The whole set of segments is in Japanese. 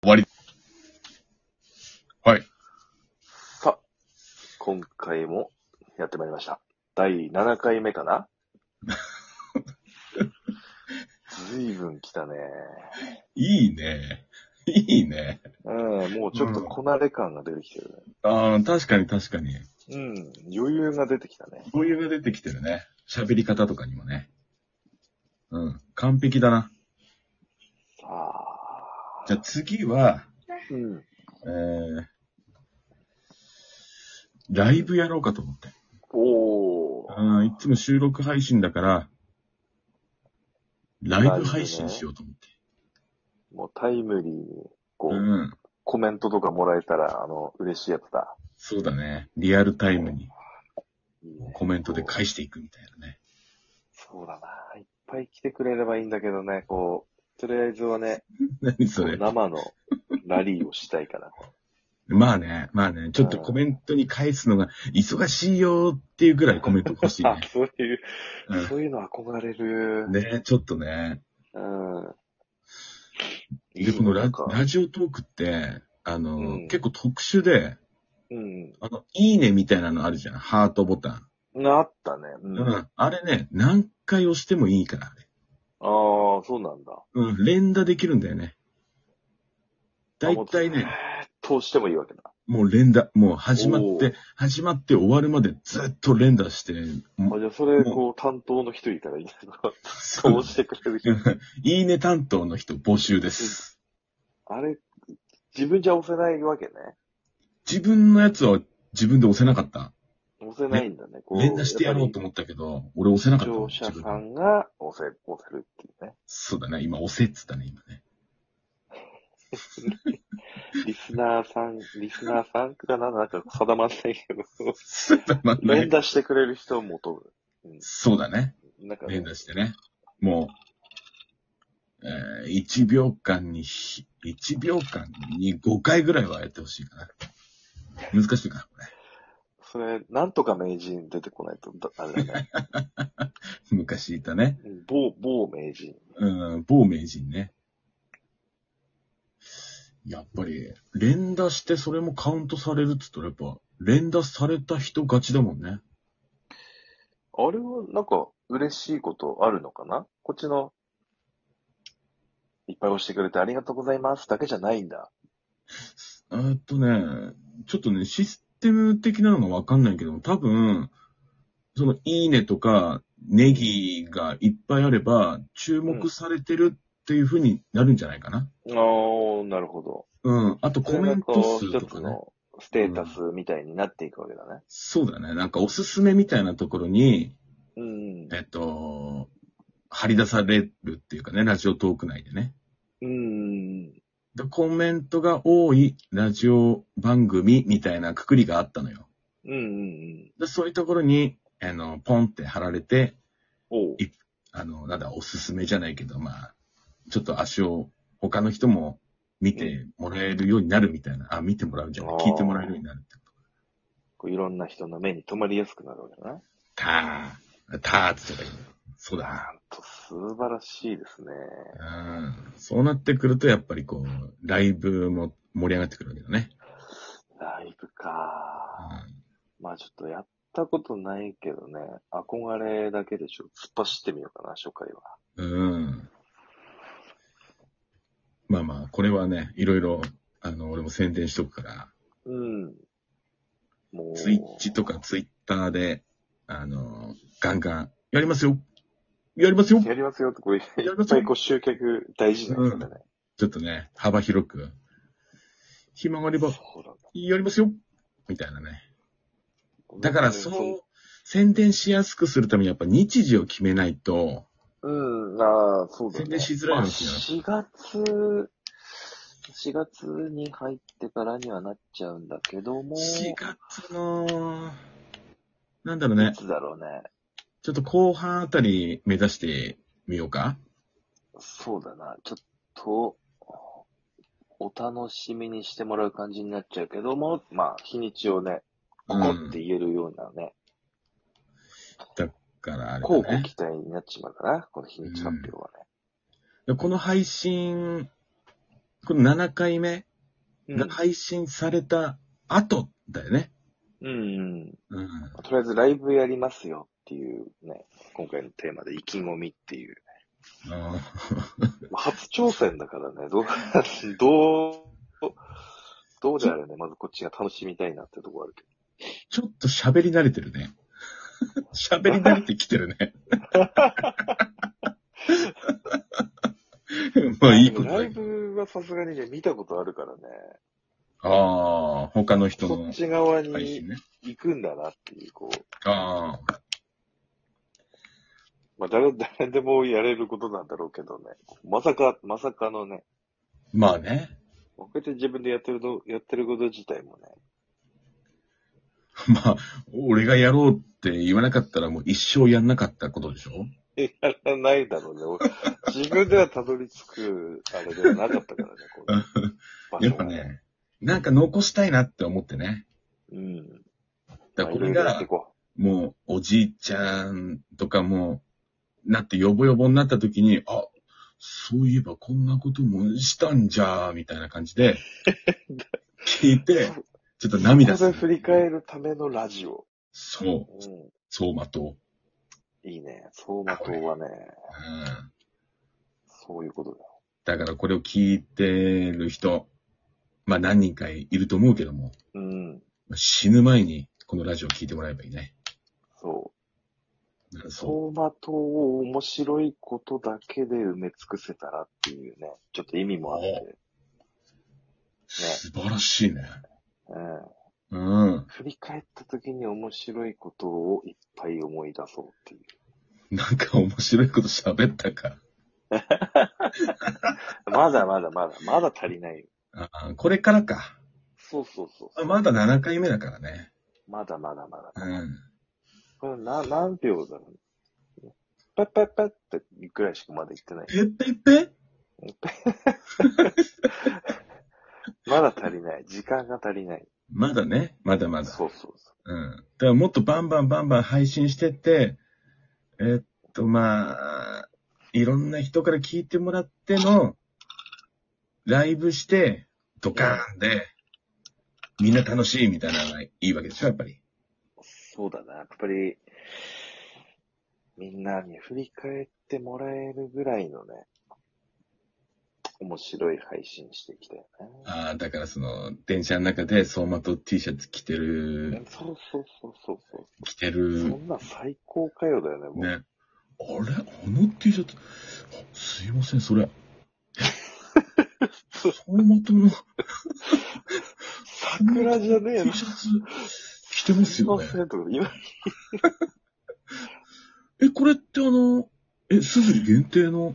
終わり。はい。さあ、今回もやってまいりました。第7回目かなずいぶん来たね。いいね。いいね。うん、もうちょっとこなれ感が出てきてるああ、確かに確かに。ね。うん、余裕が出てきたね。こういうのが出てきてるね。喋り方とかにもね。うん。完璧だな。あじゃあ次は、あ、うん。えー、ライブやろうかと思って。おー。ああ、いつも収録配信だから、ライブ配信しようと思って。もうタイムリーに、こう、うん。コメントとかもらえたら、あの、嬉しいやつだ。そうだね。リアルタイムにいいねコメントで返していくみたいなね。 そうだな。いっぱい来てくれればいいんだけどね、こう、とりあえずはね、何それ。生のラリーをしたいから。まあね、まあね、ちょっとコメントに返すのが忙しいよっていうぐらいコメント欲しいあね、。そういう、うんそういうの憧れる。ねちょっとね。うん。で、このラなんかラジオトークって、あの、うん結構特殊で、うん。あの、いいねみたいなのあるじゃん。ハートボタン。あったね。ううん。ん。ああ、あれね、何回押してもいいから、あれ。そうなんだ。うん。連打できるんだよね。だいたいね、通してもいいわけだ。もう連打、もう始まっおてー、始まって終わるまでずっと連打して、もあうじゃあ、それ、もうこう、担当の人いたらいいんだけど、そうしてくれる人。 いいね担当の人募集です。あれ、自分じゃ押せないわけね。自分のやつは自分で押せなかった。押せないんだね。こう連打してやろうと思ったけど、俺押せなか視った聴の。者自さ分んが押せ、押せるっていうね。そうだね、今押せっつったね、今ね。 リスナーさん、リスナーさんかななんか定まんない けど、そうだまあね連打してくれる人を求む。そうだね、なんか、連打してね。もう、えー、1秒間にひ、1秒間に5回ぐらいはやってほしいかな。難しいかな、こそれ、なんとか名人出てこないと、だあれだね。れ。昔いたね。 某、某名人。うん、某名人ね。やっぱり、連打してそれもカウントされるっつったらやっぱ、連打された人勝ちだもんね。あれは、なんか、嬉しいことあるのかなこっちの、いっぱい押してくれてありがとうございますだけじゃないんだ。えーっとね、ちょっとね、システム的なのがわかんないけども、多分、その、いいねとか、ネギがいっぱいあれば、注目されてるっていう風になるんじゃないかな。ああ、なるほど。うん。あと、コメント数とそかれがね。こう一つのステータスみたいになっていくわけだね。そうだね。なんか、おすすめみたいなところに、うん。えっと、張り出されるっていうかね、ラジオトーク内でね。うん。でコメントが多いラジオ番組みたいなくくりがあったのよ。うんうんうん。で、そういうところに、あの、ポンって貼られて、おう。あの、なんだ、おすすめじゃないけど、まあ、ちょっと足を他の人も見てもらえるようになるみたいな、あ、見てもらうじゃない、あー聞いてもらえるようになるってここういろんな人の目に留まりやすくなるわけだな。と。たー、たーって言ったらいいのそうだ。なんと素晴らしいですね。うん。そうなってくると、やっぱりこう、ライブも盛り上がってくるわけだね。ライブか。まあちょっとやったことないけどね、憧れだけでちょっと突っ走ってみようかな、初回は。うん。うんまあまあ、これはね、いろいろ、あの、俺も宣伝しとくから、うん。もう。ツイッチとかツイッターで、あの、ガンガン、やりますよやりますよやりますよって、これ、いっりますよぱいこう集客大事なんですよね。ちょっとね、幅広く、暇があれば、そうだやりますよみたいなね。だから、そんの、宣伝しやすくするためにやっぱ日時を決めないと、うん、ああ、そうだね。宣伝しづらいまのあかな4月、4月に入ってからにはなっちゃうんだけども、 4月の、なんだろうねい、つだろうね。ちょっと後半あたり目指してみようか。そうだな。ちょっと、お楽しみにしてもらう感じになっちゃうけども、まあ、日にちをね、うんポコって言えるようなね、からあれ交だ互ね。期待になっちまうかな、この日にち発表はね。でこの配信この7回目うんが配信された後だよね。うん。うん。とりあえずライブやりますよっていうね、今回のテーマで意気込みっていう。あまあ初挑戦だからね、どう、 どう、どうであれね、まずこっちが楽しみたいなってとこあるけーちょっと喋り慣れてるね。 喋り慣れてきてるね。 まど。あいいことでもだラけイど。ブはさすがにね、見たことあるからね、ああ、他の人そのっち側配に信ね。行くんだなっていう、こう、ああ、まあ誰、 誰でもやれることなんだろうけどね、まさか、まさかのね、まあね。 こうやって自分でやってるの、やってること自体もね、まあ、俺がやろうって言わなかったらもう一生やんなかったことでしょやらないだろうね俺。自分ではたどり着く、あれではなかったからね、こう場所がやっぱ。ね、なんか残したいなって思ってね。うん。だまかあらこいろれいろやってがい、こもう、おじいちゃんとかも、なって、ヨボヨボになった時に、あ、そういえばこんなこともしたんじゃー、みたいな感じで、 聞いうて、ちょっとこ涙すこる。で振り返るためのラジオ。そう、うそうまとん。いいね。相馬灯はう。うね、ん。そういうことだよ。だからこれを聞いてる人、まあ何人かいると思うけども、うん。死ぬ前にこのラジオを聞いてもらえばいいね。そうんう。そう。相馬灯を面白いことだけで埋め尽くせたらっていうね、ちょっと意味もあって。素晴らしいね。うん。うん。振り返った時に面白いことをいっぱい思い出そうっていう。なんか面白いこと喋ったか。まだまだまだ、まだ足りないよ。あこれからか。そうそうそうあまだ7回目だからね。まだまだまだ。うん。これな、何秒だろう。ペッペッペッってぐらいしかまだ行ってない。ペッペッペまだ足りない。時間が足りない。まだね。まだまだ。そうそうそうん。だからもっとバンバンバンバン配信してって、えっと、まあ、いろんな人から聞いてもらっての、ライブして、ドカーンで、みんな楽しいみたいなのがいいわけでしょ、やっぱり。う。そうだな。やっぱり、みんなに振り返ってもらえるぐらいのね、面白い配信していきたいよね。ああ、だからその、電車の中で相馬と T シャツ着てる、そうそうそうそうそう。着てそるんな最高かよだよね、もう。ね。あれあの T シャツ、あすいません、それ。相馬との T 桜じゃねえな。シャツ着てますよねすい。ませんとか今、え、これってあの、え、すずり限定の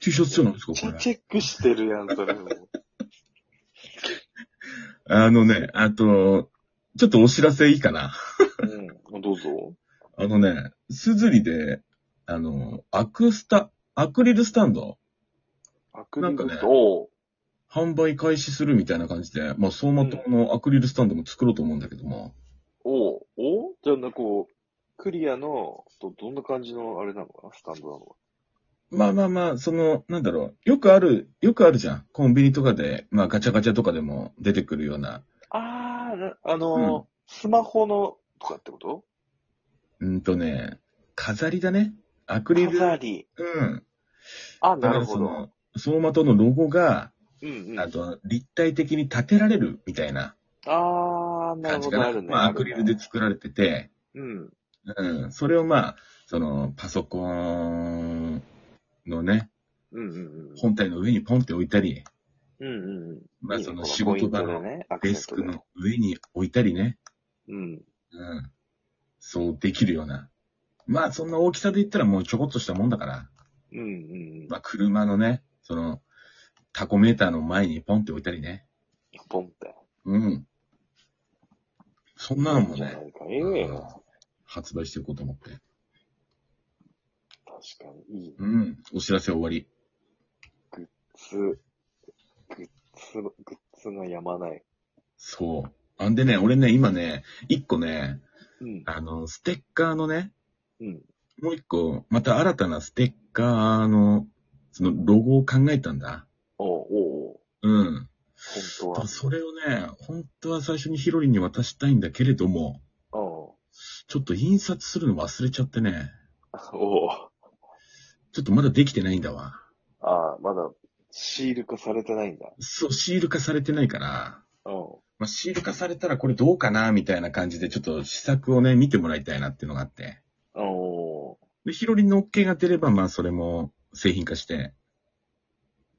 T シャツじゃないですか、チこれ。ェックしてるやん、それ も。あのね、あと、ちょっとお知らせいいかな。うん、どうぞ。あのね、すずりで、あの、アクスタ、アクリルスタンド、アクリルなんかねと、販売開始するみたいな感じで、まあ、相馬灯のアクリルスタンドも作ろうと思うんだけども、おうおうじゃあ、なんかこう、クリアの、ど、どんな感じの、あれなのかなスタンドなのかまあまあまあ、その、なんだろう、よくある、よくあるじゃん。コンビニとかで、まあガチャガチャとかでも出てくるような、なあー、なあのーうんスマホの、とかってことうんとね、飾りだね。アクリル。飾り。うん。だあ、なかるらそほど。の、相馬灯のロゴが、うんうん。ああと、立体的に立てられるみたいなあー、なる感じほかど、な。あるね。まあ、あアるクねリルで。作られてて、うん。うん。それをまあ、その、パソコンのね、うんうんうん。本体の上にポンって置いたり、うんうんうん。まあいいねそのこ仕ポイ事ン場トでのね、アクデセスントクでの上に置いたりね、うん。うん。そうできるような。まあ、そんな大きさで言ったらもうちょこっとしたもんだから、うんうんうん。まあ、車のね、その、タコメーターの前にポンって置いたりね。ポンって。うん。そんなのもじゃなね、いか。ええうん発売していこうと思って。確かに、いいうん。お知らせ終わり。ツ、グッズ、グッズがやまない。そう。あんでね、俺ね、今ね、一個ね、うん。あの、ステッカーのね、うん。もう一個、また新たなステッカーの、その、ロゴを考えたんだ。おうおう本だからそれをね、本当は最初にヒロリンに渡したいんだけれども、当は。うん。ちょっと印刷するの忘れちゃってね、おお。ちょっとまだできてないんだわ。ああ、まだシール化されてないんだ。そう、シール化されてないから、うん。まあ、シール化されたらこれどうかな、みたいな感じで、ちょっと試作をね、見てもらいたいなっていうのがあって。おで、ヒロリンの OK が出れば、まあ、それも製品化して、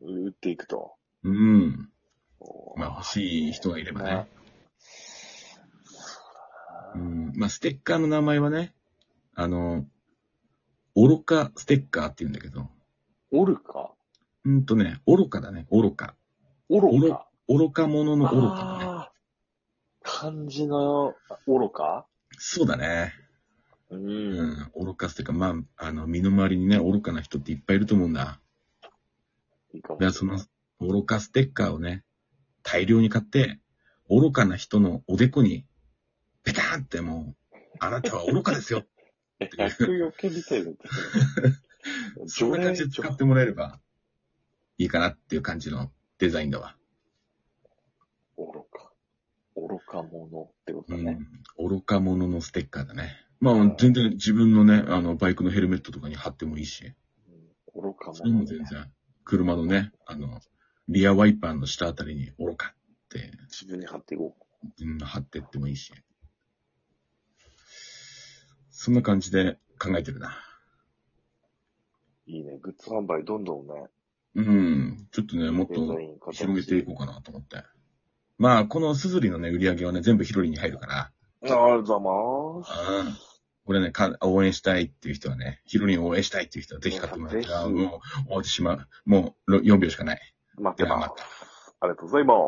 ー打っていくと。うん。おーまあ、欲しい人がいればね。そううだな。ん。まあ、ステッカーの名前はね、あの、愚かステッカーって言うんだけど、おるかうんとね、愚かだね、愚か。おろおかろ愚か者の愚かだね。あー漢字の愚かそうだね。う。うんん。愚かっていうか、まあ、あの、身の回りにね、愚かな人っていっぱいいると思うんだ。いいかもいや、その、愚かステッカーをね、大量に買って、愚かな人のおでこに、ペタンってもう、あなたは愚か ですよ。百よけみたいな。 そんな感じで使条ってもらえれば、いいかなっていう感じのデザインだわ。愚か。愚か者ってことうだんね。。愚か者のステッカーだね。まあ、全然自分のね、あの、バイクのヘルメットとかに貼ってもいいし、うん愚かそれも者だ全ね。然、車のね、あの、リアワイパーの下あたりに愚かって、自分に貼っていこうん、貼ってってもいいし。そんな感じで考えてるな。う。いいね。グッズ販売どんどんね、うん。ちょっとね、もっデザとイン形広げていこうかなと思って。まあ、このスズリのね、売り上げはね、全部ヒロリに入るから。ありがとうございます。うん。これねか、応援したいっていう人はね、ヒロリンを応援したいっていう人はぜひ買ってもらって。ぜひあもう、終わってしまう。もう、4秒しかない。待っでてはまますた。ありがとうございます。